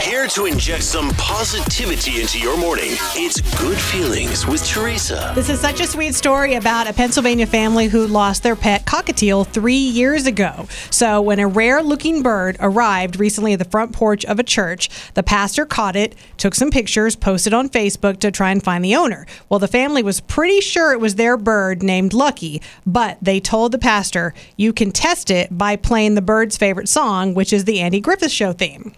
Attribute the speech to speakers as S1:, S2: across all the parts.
S1: Here to inject some positivity into your morning. It's Good Feelings with Teresa.
S2: This is such a sweet story about a Pennsylvania family who lost their pet cockatiel three years ago. So, when a rare looking bird arrived recently at the front porch of a church, the pastor caught it, took some pictures, posted on Facebook to try and find the owner. Well, the family was pretty sure it was their bird named Lucky, but they told the pastor, You can test it by playing the bird's favorite song, which is the Andy Griffith Show theme.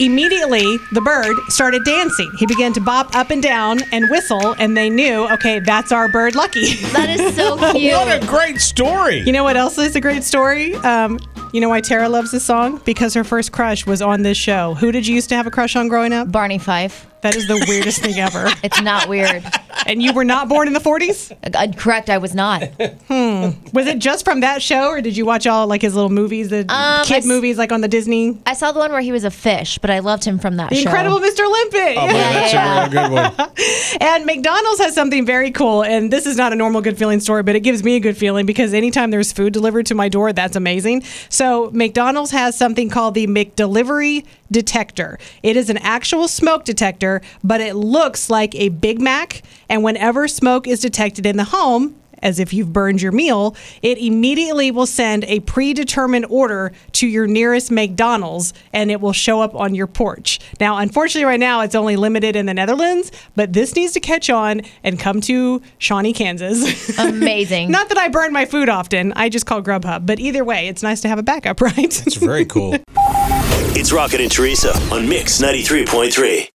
S2: Immediately, the bird started dancing. He began to bop up and down and whistle, and they knew, okay, that's our bird Lucky.
S3: That is so cute.
S4: What a great story.
S2: You know what else is a great story? Um, you know why Tara loves this song? Because her first crush was on this show. Who did you used to have a crush on growing up?
S3: Barney Fife.
S2: That is the weirdest thing ever.
S3: It's not weird.
S2: And you were not born in the 40s?
S3: Uh, correct, I was not.
S2: Was it just from that show, or did you watch all like his little movies, the
S3: Um, I
S2: kid
S3: s-
S2: movies, like on the Disney?
S3: I saw the one where he was a fish, but I loved him from that
S2: The
S3: show.
S2: Incredible Mr. Olympic.
S4: Oh, man, that's
S3: Yeah.
S4: a real good one.
S2: And McDonald's has something very cool. And this is not a normal good feeling story, but it gives me a good feeling because anytime there's food delivered to my door, that's amazing. So McDonald's has something called the McDelivery detector. It is an actual smoke detector, but it looks like a Big Mac. And whenever smoke is detected in the home, as if you've burned your meal, it immediately will send a predetermined order to your nearest McDonald's and it will show up on your porch. Now, unfortunately, right now it's only limited in the Netherlands, but this needs to catch on and come to Shawnee, Kansas.
S3: Amazing.
S2: Not that I burn my food often, I just call Grubhub, but either way, it's nice to have a backup, right?
S4: It's very cool.
S1: It's Rocket and Teresa on Mix 93.3.